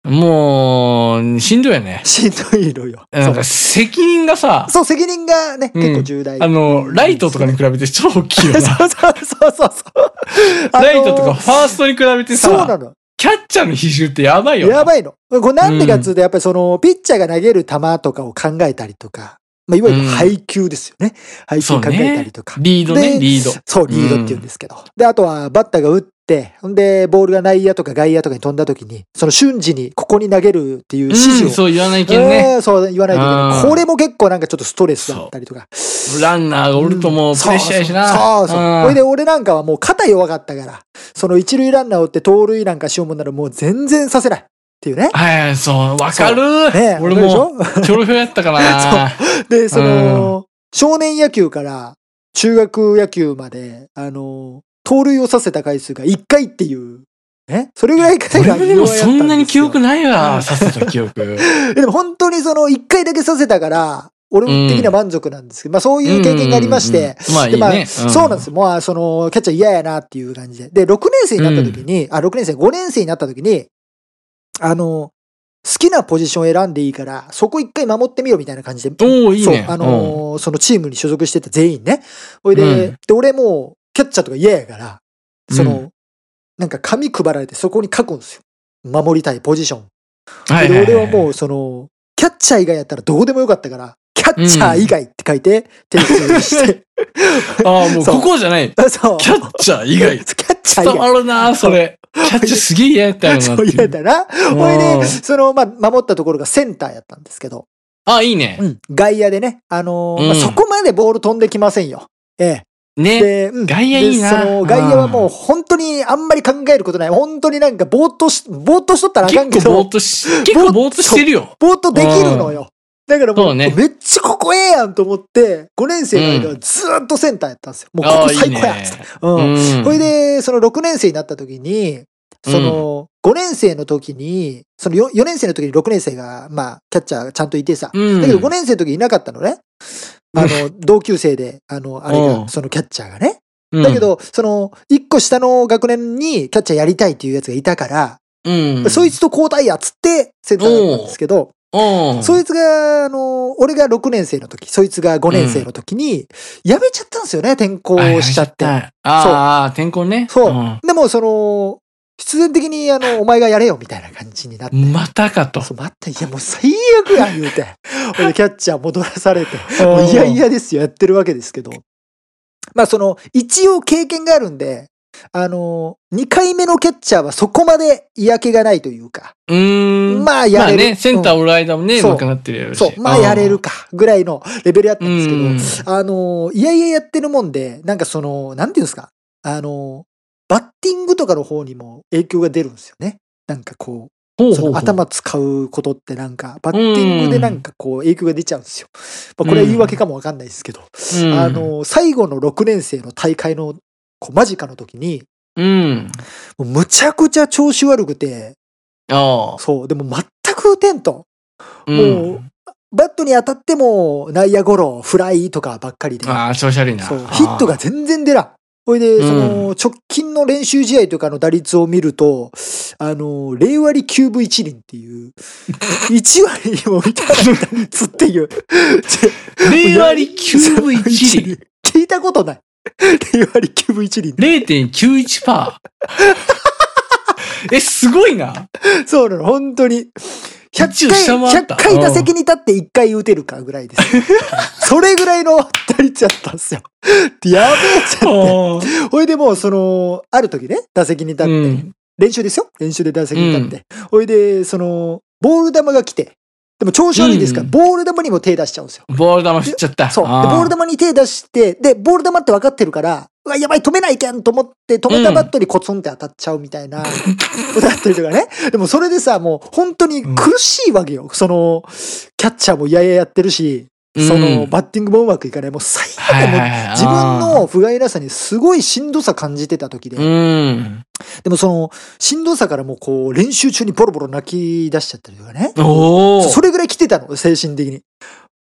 Speaker 2: もう、しんどいよね。
Speaker 1: しんどいのよ。
Speaker 2: なん
Speaker 1: そ
Speaker 2: か
Speaker 1: う
Speaker 2: 責任がさ、
Speaker 1: そう、責任がね、
Speaker 2: うん
Speaker 1: 結構重大。
Speaker 2: あの、ライトとかに比べて超大きいよ
Speaker 1: そう
Speaker 2: な。
Speaker 1: そうそうそうそう。あの
Speaker 2: ライトとかファーストに比べて
Speaker 1: そうな
Speaker 2: さ、
Speaker 1: の。
Speaker 2: キャッチャーの比重ってやばいよな。
Speaker 1: やばいの。これなんでかっつうと、やっぱりその、ピッチャーが投げる球とかを考えたりとか、まあ、いわゆる配球ですよね。配球
Speaker 2: そう
Speaker 1: 考
Speaker 2: ね
Speaker 1: えたりとか。
Speaker 2: リードね、
Speaker 1: で
Speaker 2: リード。
Speaker 1: そう、リードって言うんですけど。で、あとは、バッターが打って、ほんで、ボールが内野とか外野とかに飛んだ時に、その瞬時にここに投げるっていう
Speaker 2: う
Speaker 1: 指示を。
Speaker 2: ん、そう言わないけんね。
Speaker 1: えーそう言わないといけな
Speaker 2: う
Speaker 1: い。
Speaker 2: ん
Speaker 1: これも結構なんかちょっとストレスだったりとか。
Speaker 2: ランナーがおるともうプレッシャーやしな。
Speaker 1: そうそうそうそう。
Speaker 2: ん
Speaker 1: ほいで、俺なんかはもう肩弱かったから、その一塁ランナーを追って盗塁なんかしようもんならもう全然させない。っていうね。
Speaker 2: はい、そう、わかる
Speaker 1: ねえ
Speaker 2: 俺
Speaker 1: わか
Speaker 2: も、
Speaker 1: るでしょ
Speaker 2: ちょろひょやったからな。
Speaker 1: で、 その、少年野球から中学野球まで、あの、盗塁をさせた回数が1回っていう、ね、それぐらい回
Speaker 2: 俺
Speaker 1: が
Speaker 2: もでもそんなに記憶
Speaker 1: ない。
Speaker 2: ない
Speaker 1: うん
Speaker 2: わ、させた記憶。
Speaker 1: でも本当にその1回だけさせたから、俺的には満足なんですけど、まあそういう経験がありまして、
Speaker 2: うんうんうん
Speaker 1: で
Speaker 2: うん
Speaker 1: ま
Speaker 2: まあ
Speaker 1: あ
Speaker 2: いいね。
Speaker 1: そうなんですよ。もう、その、キャッチャー嫌やなっていう感じで。で、6年生になった時に、あ、6年生、5年生になった時に、あの、好きなポジションを選んでいいから、そこ一回守ってみろみたいな感じで、
Speaker 2: おーいいね
Speaker 1: そう、あのーそのチームに所属してた全員ね。ほいで、
Speaker 2: うん
Speaker 1: で、俺もう、キャッチャーとか嫌やから、その、
Speaker 2: う
Speaker 1: なんか紙配られてそこに書くんですよ。守りたいポジション。
Speaker 2: は
Speaker 1: で、俺は
Speaker 2: う
Speaker 1: もう、その、キャッチャー以外やったらどこでもよかったから、キャッチャー以外って書いて、 提出して。
Speaker 2: ああ、もう
Speaker 1: そう
Speaker 2: ここじゃない。
Speaker 1: そう。
Speaker 2: キャッチャー以外。
Speaker 1: キャッチャー以
Speaker 2: 伝
Speaker 1: 外
Speaker 2: わ。るな、それ。キャッチャーすげえ嫌やったよな。
Speaker 1: そう言えたな。ほい
Speaker 2: うん
Speaker 1: で、その、まあ、守ったところがセンターやったんですけど、
Speaker 2: あ、いいね
Speaker 1: う。ん、外野でね、あのーまあ
Speaker 2: うん
Speaker 1: そこまでボール飛んできませんよ。ええ。
Speaker 2: ね。
Speaker 1: で、うん
Speaker 2: 外野いいな
Speaker 1: でその、外野はもう
Speaker 2: うん
Speaker 1: 本当にあんまり考えることない。本当になんかぼーっとし、ぼーっとしとったらあかんけ
Speaker 2: 結構ぼー
Speaker 1: ど
Speaker 2: っ、とし、結構ぼーっとしてるよ。
Speaker 1: ぼーっとできるのよ。だからも、
Speaker 2: そううね
Speaker 1: めっちゃここええやんと思って、5年生の間はずーっとセンターやったんですよ。もうこ
Speaker 2: あ
Speaker 1: こ
Speaker 2: あ、いい
Speaker 1: 最高や
Speaker 2: ね
Speaker 1: っつって。。うん。それ、で、その6年生になった時に、その5年生の時に、その 4, 4年生の時に6年生が、まあ、キャッチャーがちゃんといてさ、
Speaker 2: うん
Speaker 1: だけど5年生の時いなかったのね。あの、同級生で、あの、あれ
Speaker 2: う
Speaker 1: が、
Speaker 2: ん
Speaker 1: そのキャッチャーがね。
Speaker 2: うん
Speaker 1: だけ、ど、その、1個下の学年にキャッチャーやりたいっていうやつがいたから、
Speaker 2: うん。
Speaker 1: そいつと交代やっつって、センターだったんですけど、
Speaker 2: うん、
Speaker 1: そいつが、あの、俺が6年生の時、そいつが5年生の時に、辞めちゃったんですよね、転校しちゃって。
Speaker 2: ああ、転校ね。
Speaker 1: そう
Speaker 2: う
Speaker 1: でも、その、必然的に、あの、お前がやれよ、みたいな感じになって。
Speaker 2: ん。またかと。
Speaker 1: そう、待って、いや、もう最悪や、言う て。ほいでキャッチャー戻らされて。もういやいやですよ、やってるわけですけど。まあ、その、一応経験があるんで、あの、2回目のキャッチャーはそこまで嫌気がないというか、
Speaker 2: うーん。
Speaker 1: まあやれる
Speaker 2: まあね、センターおる間もね、
Speaker 1: そう
Speaker 2: 上手くなってるやろし
Speaker 1: そう、まあやれる。か、ぐらいのレベルやった
Speaker 2: うん
Speaker 1: ですけど、
Speaker 2: ん。
Speaker 1: あの、いやいややってるもんで、なんかその、なんていうんですか、あの、バッティングとかの方にも影響が出るんですよね。なんかこ
Speaker 2: ほ
Speaker 1: う、
Speaker 2: う
Speaker 1: そ
Speaker 2: ほうほう
Speaker 1: の頭使うことってなんか、バッティングでなんかこう影響が出ちゃうんですよ。まあこれは言い訳かもわかんないですけど、
Speaker 2: うん
Speaker 1: あ、の、最後の6年生の大会のこう間近の時に、
Speaker 2: うん。
Speaker 1: もうむちゃくちゃ調子悪くて、
Speaker 2: ああ。
Speaker 1: そう、でも全く打てんと。
Speaker 2: う
Speaker 1: もう、
Speaker 2: ん
Speaker 1: バットに当たっても、内野ゴロ、フライとかばっかりで。
Speaker 2: ああ、調子悪いな。
Speaker 1: そう。ヒットが全然出らん。ほいで、
Speaker 2: うん
Speaker 1: その、直近の練習試合とかの打率を見ると、あの、0割9分1厘って いう、1割も満たない打率って いう。
Speaker 2: 0割9分1厘。。
Speaker 1: 聞いたことない。0割9分1厘。
Speaker 2: 0.91%。え、すごいな。
Speaker 1: そうなの、本当に。100
Speaker 2: 一応下
Speaker 1: 回、
Speaker 2: 回った
Speaker 1: 100回打席に立って1回打てるかぐらいです。 それぐらいの打率だったんですよ。やべえじゃんって。
Speaker 2: おー
Speaker 1: ほいでもう、その、ある時ね、打席に立っ
Speaker 2: う
Speaker 1: て、
Speaker 2: ん。
Speaker 1: 練習ですよ練習で打席に立って。ほいで、その、ボール球が来て、でも調子悪いですから、
Speaker 2: うん
Speaker 1: ボール球にも手出しちゃうんですよ。
Speaker 2: ボール球振っちゃった。
Speaker 1: そう。で、
Speaker 2: あ
Speaker 1: ボール球に手出して、で、ボール球って分かってるから、うわ、やばい、止めないけんと思って、止めたバットにコツンって当たっちゃうみたいな、ことだったりとかね。でもそれでさ、もう本当に苦しいわけよ。その、キャッチャーもいやいややってるし、その、
Speaker 2: うん
Speaker 1: バッティングもうまくいかない。もう最
Speaker 2: はい
Speaker 1: 悪
Speaker 2: は
Speaker 1: で、も
Speaker 2: いうはい
Speaker 1: 自分の、不甲斐なさにすごいしんどさ感じてた時で、
Speaker 2: あーうん。
Speaker 1: でもその、しんどさからもうこう、練習中にボロボロ泣き出しちゃったりとかね。
Speaker 2: お
Speaker 1: そ
Speaker 2: ー。
Speaker 1: れぐらい来てたの、精神的に。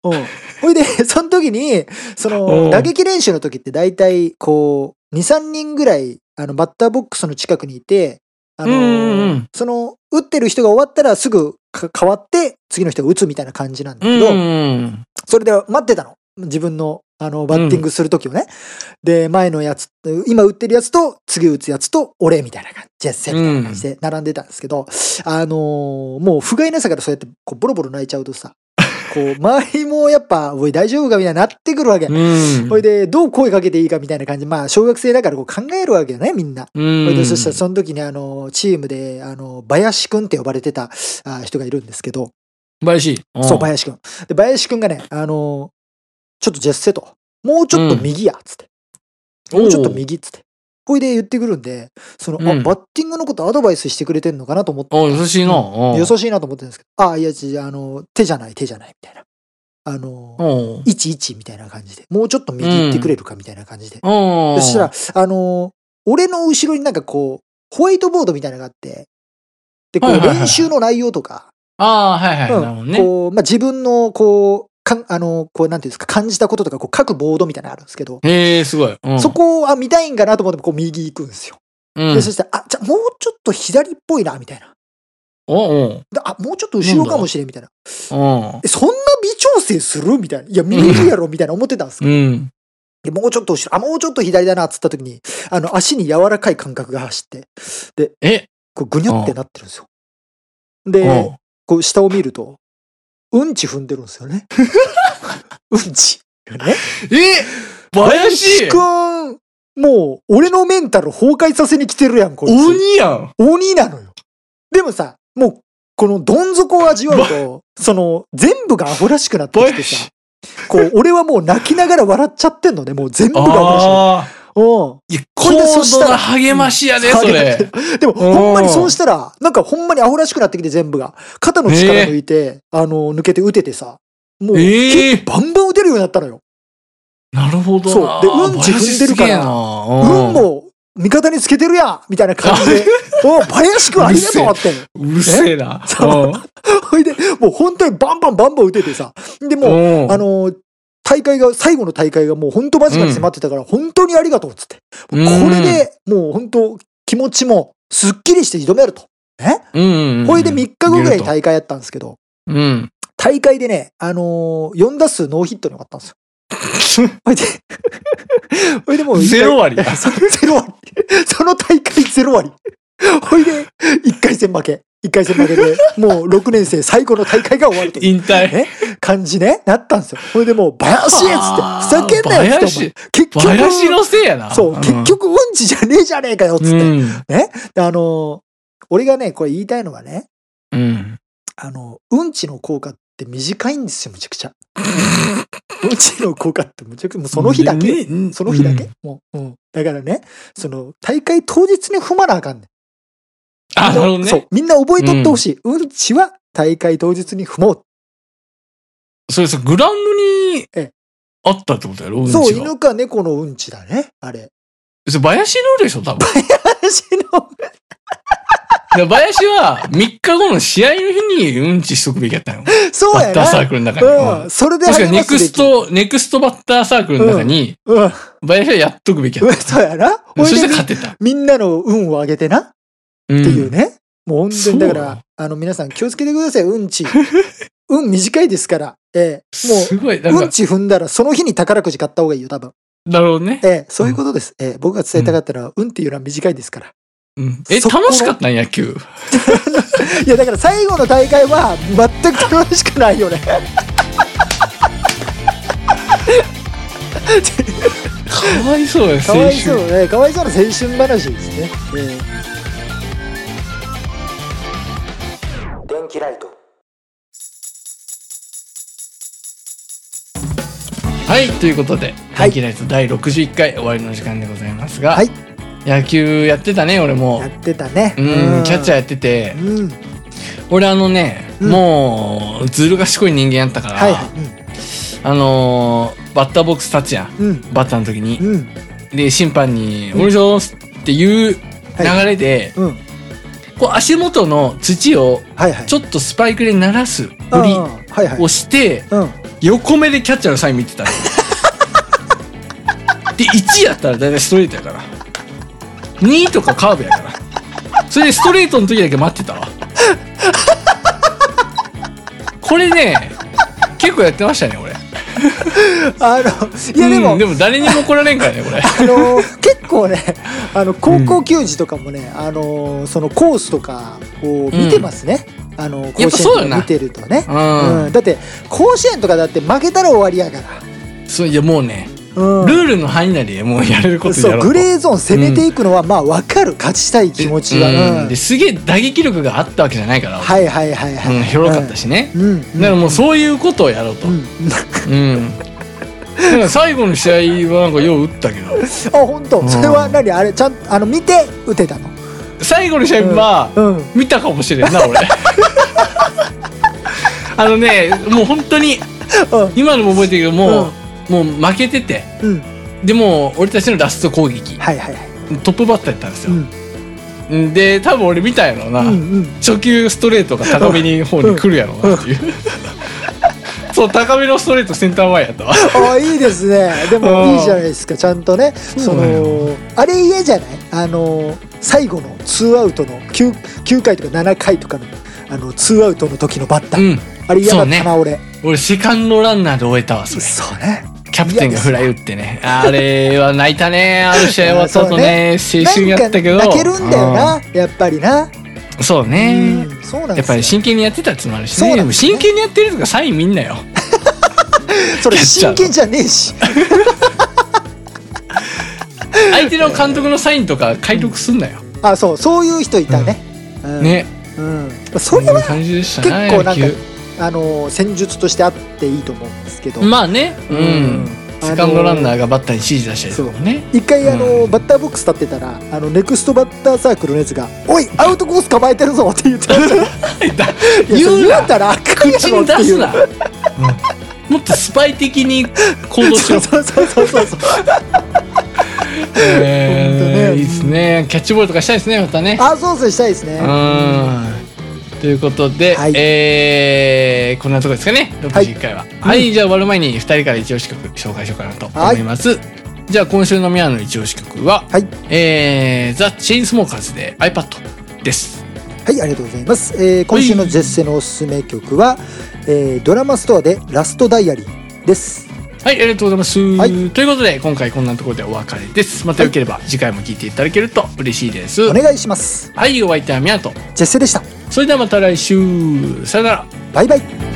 Speaker 1: うん。ほいで、 その時に、そ
Speaker 2: うん
Speaker 1: の、打撃練習の時って大体、こう、2、3人ぐらい、あの、バッターボックスの近くにいて、あのー
Speaker 2: うんうんうん
Speaker 1: その、打ってる人が終わったらすぐか変わって、次の人が打つみたいな感じなんだ
Speaker 2: う
Speaker 1: けど、
Speaker 2: ん。
Speaker 1: それで待ってたの。自分の、あの、バッティングする時をね。で、前のやつ、今打ってるやつと、次打つやつと、俺みたいな感じ、ジェッセみたいな感じで並んでたんですけど、あのーもう不甲斐なさからそうやって、こう、ボロボロ泣いちゃうとさ、こう、 周りもやっぱ、おい、大丈夫かみたいになってくるわけ。
Speaker 2: うん。
Speaker 1: ほいで、どう声かけていいかみたいな感じ。まあ、小学生だからこう考えるわけよね、みんな。
Speaker 2: うん。
Speaker 1: ほいでそしたらその時にあの、チームで、あの、林くんって呼ばれてたあ人がいるんですけど、
Speaker 2: 林。ん
Speaker 1: そう、林くん。で、林くんがね、あのーちょっとジェッセと、もうちょっと右や、つって。もうちょっと右、つって。ほいで言ってくるんで、その、
Speaker 2: うん
Speaker 1: あ、バッティングのことアドバイスしてくれてんのかなと思って、
Speaker 2: おう優しいな。おう
Speaker 1: 優しいなと思ってるんですけど、あ、いや、ちあのー手じゃない、手じゃない、みたいな。あのー、
Speaker 2: おう
Speaker 1: 11みたいな感じで、もうちょっと右行ってくれるか、みたいな感じで。
Speaker 2: おう
Speaker 1: そしたら、あのー俺の後ろになんかこう、ホワイトボードみたいなのがあって、で、こ
Speaker 2: は
Speaker 1: う、
Speaker 2: いはいはい
Speaker 1: 練習の内容とか、
Speaker 2: ああ、はいはい。なるほ
Speaker 1: う
Speaker 2: ど
Speaker 1: ん
Speaker 2: ね。
Speaker 1: こう、まあ、自分の、こう、かん、あの、こう、なんていうんですか、感じたこととか、こう、書くボードみたいなのあるんですけど、
Speaker 2: へえ、すごい。うん
Speaker 1: そ、こを、あ、見たいんかなと思って、こう、右行くんですよ。
Speaker 2: うん
Speaker 1: で、そしたら、あ、じゃあもうちょっと左っぽいな、みたいな。
Speaker 2: おう
Speaker 1: であ、もうちょっと後ろかもしれん、みたいな。
Speaker 2: おう
Speaker 1: え、そんな微調整するみたいな。いや、右やろ、みたいな思ってたんです
Speaker 2: う
Speaker 1: けど、
Speaker 2: ん。
Speaker 1: でもうちょっと後ろ、あ、もうちょっと左だな、つった時に、あの、足に柔らかい感覚が走って、
Speaker 2: え、
Speaker 1: こう、ぐにょってなってるんですよ。
Speaker 2: お
Speaker 1: で
Speaker 2: う、
Speaker 1: こう、下を見ると、うんち踏んでるんですよね。 うんち。ね。
Speaker 2: え
Speaker 1: 林
Speaker 2: 林
Speaker 1: くん、もう、俺のメンタル崩壊させに来てるやん、こいつ。
Speaker 2: 鬼やん
Speaker 1: 鬼なのよ。でもさ、もう、このどん底を味わうと、その、全部がアホらしくなってきてさ
Speaker 2: 林、
Speaker 1: こう、俺はもう泣きながら笑っちゃってんのね、もう全部がアホらしい。
Speaker 2: ああ。
Speaker 1: うん
Speaker 2: いや、
Speaker 1: こ
Speaker 2: 高
Speaker 1: れでそした
Speaker 2: 度
Speaker 1: ら
Speaker 2: な励ましやで、
Speaker 1: うん
Speaker 2: それ。
Speaker 1: でも、
Speaker 2: うん
Speaker 1: ほんまにそうしたら、なんかほんまにアホらしくなってきて全部が。肩の力抜いて、あの、抜けて打ててさ、もう、
Speaker 2: ええ。
Speaker 1: バンバン打てるようになったのよ。
Speaker 2: なるほどな。
Speaker 1: そうでうんち踏んでるから
Speaker 2: 林すげえな
Speaker 1: 運
Speaker 2: う
Speaker 1: も味方につけてるやんみたいな感じ で、お林くんありがとうって。
Speaker 2: ん。うるせえな。
Speaker 1: そうほいで、もう本当にバンバンバンバン打ててさ。で、もう、
Speaker 2: も
Speaker 1: あ、のー大会が、最後の大会がもう本当間近に迫ってたから、本当にありがとうっつって。
Speaker 2: こ
Speaker 1: これ、で、もう本当気持ちもすっきりして挑めると。ね
Speaker 2: うん。
Speaker 1: ほいで3日後ぐらいに
Speaker 2: 大
Speaker 1: 大会やったんですけど、
Speaker 2: うん。
Speaker 1: 大会でね、あのー、4打数ノーヒットに終わったんですよ。ほいで、 ほいでもう一回
Speaker 2: ゼロ割だ。
Speaker 1: そのゼロ割。 その大会ゼロ割。ほいで、一回戦負け。一回戦負けで、もう6年生最後の大会が終わるという
Speaker 2: 引退。
Speaker 1: ね感じね、なったんですよ。ほいでもう、林や
Speaker 2: あ
Speaker 1: っつ
Speaker 2: ー
Speaker 1: って、ふざけんなよっつって
Speaker 2: 林
Speaker 1: お前。結
Speaker 2: 林
Speaker 1: 局、
Speaker 2: のせいやな。
Speaker 1: そう、結局うんちじゃねえじゃねえかよっつって。
Speaker 2: うん。
Speaker 1: であの、俺がね、これ言いたいのはね、
Speaker 2: うん。
Speaker 1: あの、うんちの効果って短いんですよ、むちゃくちゃ。うんちの効果ってむちゃくちゃ、もうその日だけ。
Speaker 2: ね
Speaker 1: その日だけ、。もう、うん。だからね、その、大会当日に踏まなあかんねん。
Speaker 2: あ、なるほどね。
Speaker 1: そう。みんな覚えとってほしい。うん、ちは大会当日に踏もう。
Speaker 2: それさ、グラウンドに
Speaker 1: ええ
Speaker 2: あったってことやろうんちが
Speaker 1: そう、犬か猫のうんちだね。あれ。
Speaker 2: それ林のでしょ、多分。
Speaker 1: 私の、
Speaker 2: で林は3日後の試合の日にうんちしとくべきやったの。
Speaker 1: そう
Speaker 2: バ
Speaker 1: や
Speaker 2: ッターサー
Speaker 1: な。
Speaker 2: クルの中に。う
Speaker 1: うんん。それで
Speaker 2: 確かに
Speaker 1: 励ま
Speaker 2: ネ
Speaker 1: すべ
Speaker 2: ク
Speaker 1: き
Speaker 2: ス。ト、ネクストバッターサークルの中に、
Speaker 1: うんうん。
Speaker 2: 林はやっとくべきやった。
Speaker 1: そうやな。
Speaker 2: そ
Speaker 1: ほい
Speaker 2: し
Speaker 1: で
Speaker 2: て
Speaker 1: み
Speaker 2: 勝てた。
Speaker 1: みんなの運を上げてな。
Speaker 2: うん
Speaker 1: っていうね。もう本当にだか
Speaker 2: そう
Speaker 1: ら、あの皆さん気をつけてください、うん ち。運短いですから。ええもう
Speaker 2: すごい、なん
Speaker 1: うん
Speaker 2: か、
Speaker 1: ち踏んだらその日に宝くじ買った方がいいよ、多分。
Speaker 2: なるほどね。
Speaker 1: ええそういうことです。ええ僕が伝えたかったのは、うんっていうのは短いですから。
Speaker 2: うんえ、
Speaker 1: そこの
Speaker 2: 楽しかったん野球。
Speaker 1: いや、だから最後の大会は全く楽しくないよね。
Speaker 2: かわいそうや、
Speaker 1: か
Speaker 2: 青
Speaker 1: わいそう
Speaker 2: 春。
Speaker 1: ね。かわいそうな青春話ですね。ええ電気ライト。
Speaker 2: はい、ということで、
Speaker 1: は
Speaker 2: はい、
Speaker 1: い
Speaker 2: キライト第61回終わりの時間でございますが、
Speaker 1: はい
Speaker 2: 野球やってたね、俺も
Speaker 1: や。ってたね。
Speaker 2: うん、キャッチ
Speaker 1: ー。
Speaker 2: ャーやってて、
Speaker 1: うん。
Speaker 2: 俺あのね、
Speaker 1: うん
Speaker 2: もう、ずる賢い人間やったから、
Speaker 1: はい。
Speaker 2: あのーバッターボックス立つやん。
Speaker 1: うん。うん。
Speaker 2: バッターの時に。
Speaker 1: うん。
Speaker 2: で、審判に、
Speaker 1: うん
Speaker 2: お願いしますっていう流
Speaker 1: はい。
Speaker 2: れで、
Speaker 1: うん。
Speaker 2: こう足元の土を
Speaker 1: はいはい。
Speaker 2: ちょっとスパイクで鳴らす振り
Speaker 1: うんはいはい。
Speaker 2: をして、
Speaker 1: うん。
Speaker 2: 横目でキャッチャーのサイン見てたので1やったら大体ストレートやから2とかカーブやからそれでストレートの時だけ待ってたわこれね結構やってましたね俺
Speaker 1: あの、いやでも、
Speaker 2: うんでも誰にも怒られんからねこれ
Speaker 1: あのー結構ねあの高校球児とかもね、あのーそのコースとかを見てますね、あの甲
Speaker 2: やっぱ
Speaker 1: 子園
Speaker 2: そう
Speaker 1: と
Speaker 2: だよ
Speaker 1: か
Speaker 2: な
Speaker 1: 見てるとね、
Speaker 2: うん、
Speaker 1: うんだって甲子園とかだって負けたら終わりやか
Speaker 2: そういやもうね
Speaker 1: ら、うん、
Speaker 2: ルールの範囲内でもうやれることや
Speaker 1: そ
Speaker 2: ろ
Speaker 1: う
Speaker 2: う
Speaker 1: グレーゾーン攻めていくのは、まあ分かる勝ちたい気持ちは、
Speaker 2: うん
Speaker 1: うん
Speaker 2: ですげえ打撃力があったわけじゃないから、
Speaker 1: はいはいはいはい、
Speaker 2: うん、広かったしね、
Speaker 1: うん、うん、
Speaker 2: だからもうそういうことをやろうと、
Speaker 1: うん、
Speaker 2: うん。なんか最後の試合はなんかよう打ったけど、
Speaker 1: あ本当、
Speaker 2: うん
Speaker 1: それは何あれちゃんとあの見て打てたの
Speaker 2: 最後の試合は
Speaker 1: うんうん
Speaker 2: 見たかもしれんな、俺。あのね、もう本当に、今のも覚えてるけど、もう、もう負けてて、
Speaker 1: うん
Speaker 2: でも俺たちのラスト攻撃、
Speaker 1: はいはいはい
Speaker 2: トップバッターやったんです
Speaker 1: う
Speaker 2: よ。
Speaker 1: ん
Speaker 2: で、多分俺見たやろうな、
Speaker 1: うんうん
Speaker 2: 初球ストレートが高めに方に来るやろうなっていう。そう、高めのストレートセンター前やったわ。
Speaker 1: あいいですねで
Speaker 2: う
Speaker 1: もい
Speaker 2: ん
Speaker 1: いじゃないですかちゃんとね
Speaker 2: そ
Speaker 1: そう
Speaker 2: なの
Speaker 1: のあれ嫌じゃないあの最後のツーアウトの 9, 9回とか7回とかのあのツーアウトの時のバッタ
Speaker 2: う
Speaker 1: ー、
Speaker 2: ん。
Speaker 1: あれ嫌だった
Speaker 2: そ
Speaker 1: な、俺
Speaker 2: 俺、セカンドランナーで終えたわ、それ。
Speaker 1: そうね
Speaker 2: キャプテンがフライ打ってね。あれは泣いたね。あの試合終わった後ね、 青春やったけ
Speaker 1: な
Speaker 2: ど。
Speaker 1: んか泣けるんだよなやっぱりな、
Speaker 2: うん。そうね。
Speaker 1: うんそうなん
Speaker 2: や
Speaker 1: で
Speaker 2: っ
Speaker 1: す
Speaker 2: ぱ
Speaker 1: よ
Speaker 2: り真剣にやってたってのもあるし
Speaker 1: そう
Speaker 2: ね。
Speaker 1: なん
Speaker 2: で
Speaker 1: ですね
Speaker 2: も真剣にやってるとかサインみん なよ。
Speaker 1: それ
Speaker 2: キャッチャー
Speaker 1: 真剣じゃねえし
Speaker 2: 相手の監督のサインとか解読すんなよ。
Speaker 1: あそうそういう人いたね、うん
Speaker 2: ね。
Speaker 1: うん、
Speaker 2: そ
Speaker 1: そう
Speaker 2: い
Speaker 1: れは
Speaker 2: う感じでしたな、
Speaker 1: 結構なんか
Speaker 2: 野球。
Speaker 1: あの戦術としてあっていいと思うんですけど、
Speaker 2: まあね。うん。セカンドランナ
Speaker 1: ー
Speaker 2: ーがバッターに指示出したりとかもね。
Speaker 1: 一回あの、
Speaker 2: うん
Speaker 1: バッターボックス立ってたらあのネクストバッターサークルのやつが「おいアウトコース構えてるぞ」って言ってま したいや
Speaker 2: 言
Speaker 1: そうれ
Speaker 2: な
Speaker 1: 言ったらあかんや
Speaker 2: 口
Speaker 1: ろ
Speaker 2: に
Speaker 1: って
Speaker 2: 出
Speaker 1: い
Speaker 2: す
Speaker 1: う
Speaker 2: な。うんもっとスパイ的に行動し
Speaker 1: そ
Speaker 2: ろ
Speaker 1: う。そうそうそうそう
Speaker 2: え
Speaker 1: ほんとね
Speaker 2: ーいいですね。キャッチボールとかしたいですね、またね。
Speaker 1: あそうそうしたいですね
Speaker 2: うんということで、
Speaker 1: はい
Speaker 2: えーこんなとこですかね61回ははい、じゃあ終わる前に2人から一押し曲紹介しようかなと思います、じゃあ今週のミアの一押し曲は、
Speaker 1: はい
Speaker 2: えー、ザ・チェインスモーカーズで iPad です
Speaker 1: はいありがとうございます、えー今週のジェッセのおすすめ曲は、えードラマストアで「ラストダイアリー」です
Speaker 2: はいありがとうございます、
Speaker 1: はい
Speaker 2: ということで今回こんなところでお別れですまたよければ次回も聴いていただけると嬉しいです
Speaker 1: お願いします
Speaker 2: はいお相手はミアと
Speaker 1: ジェッセでした
Speaker 2: それではまた来週さよなら
Speaker 1: バイバイ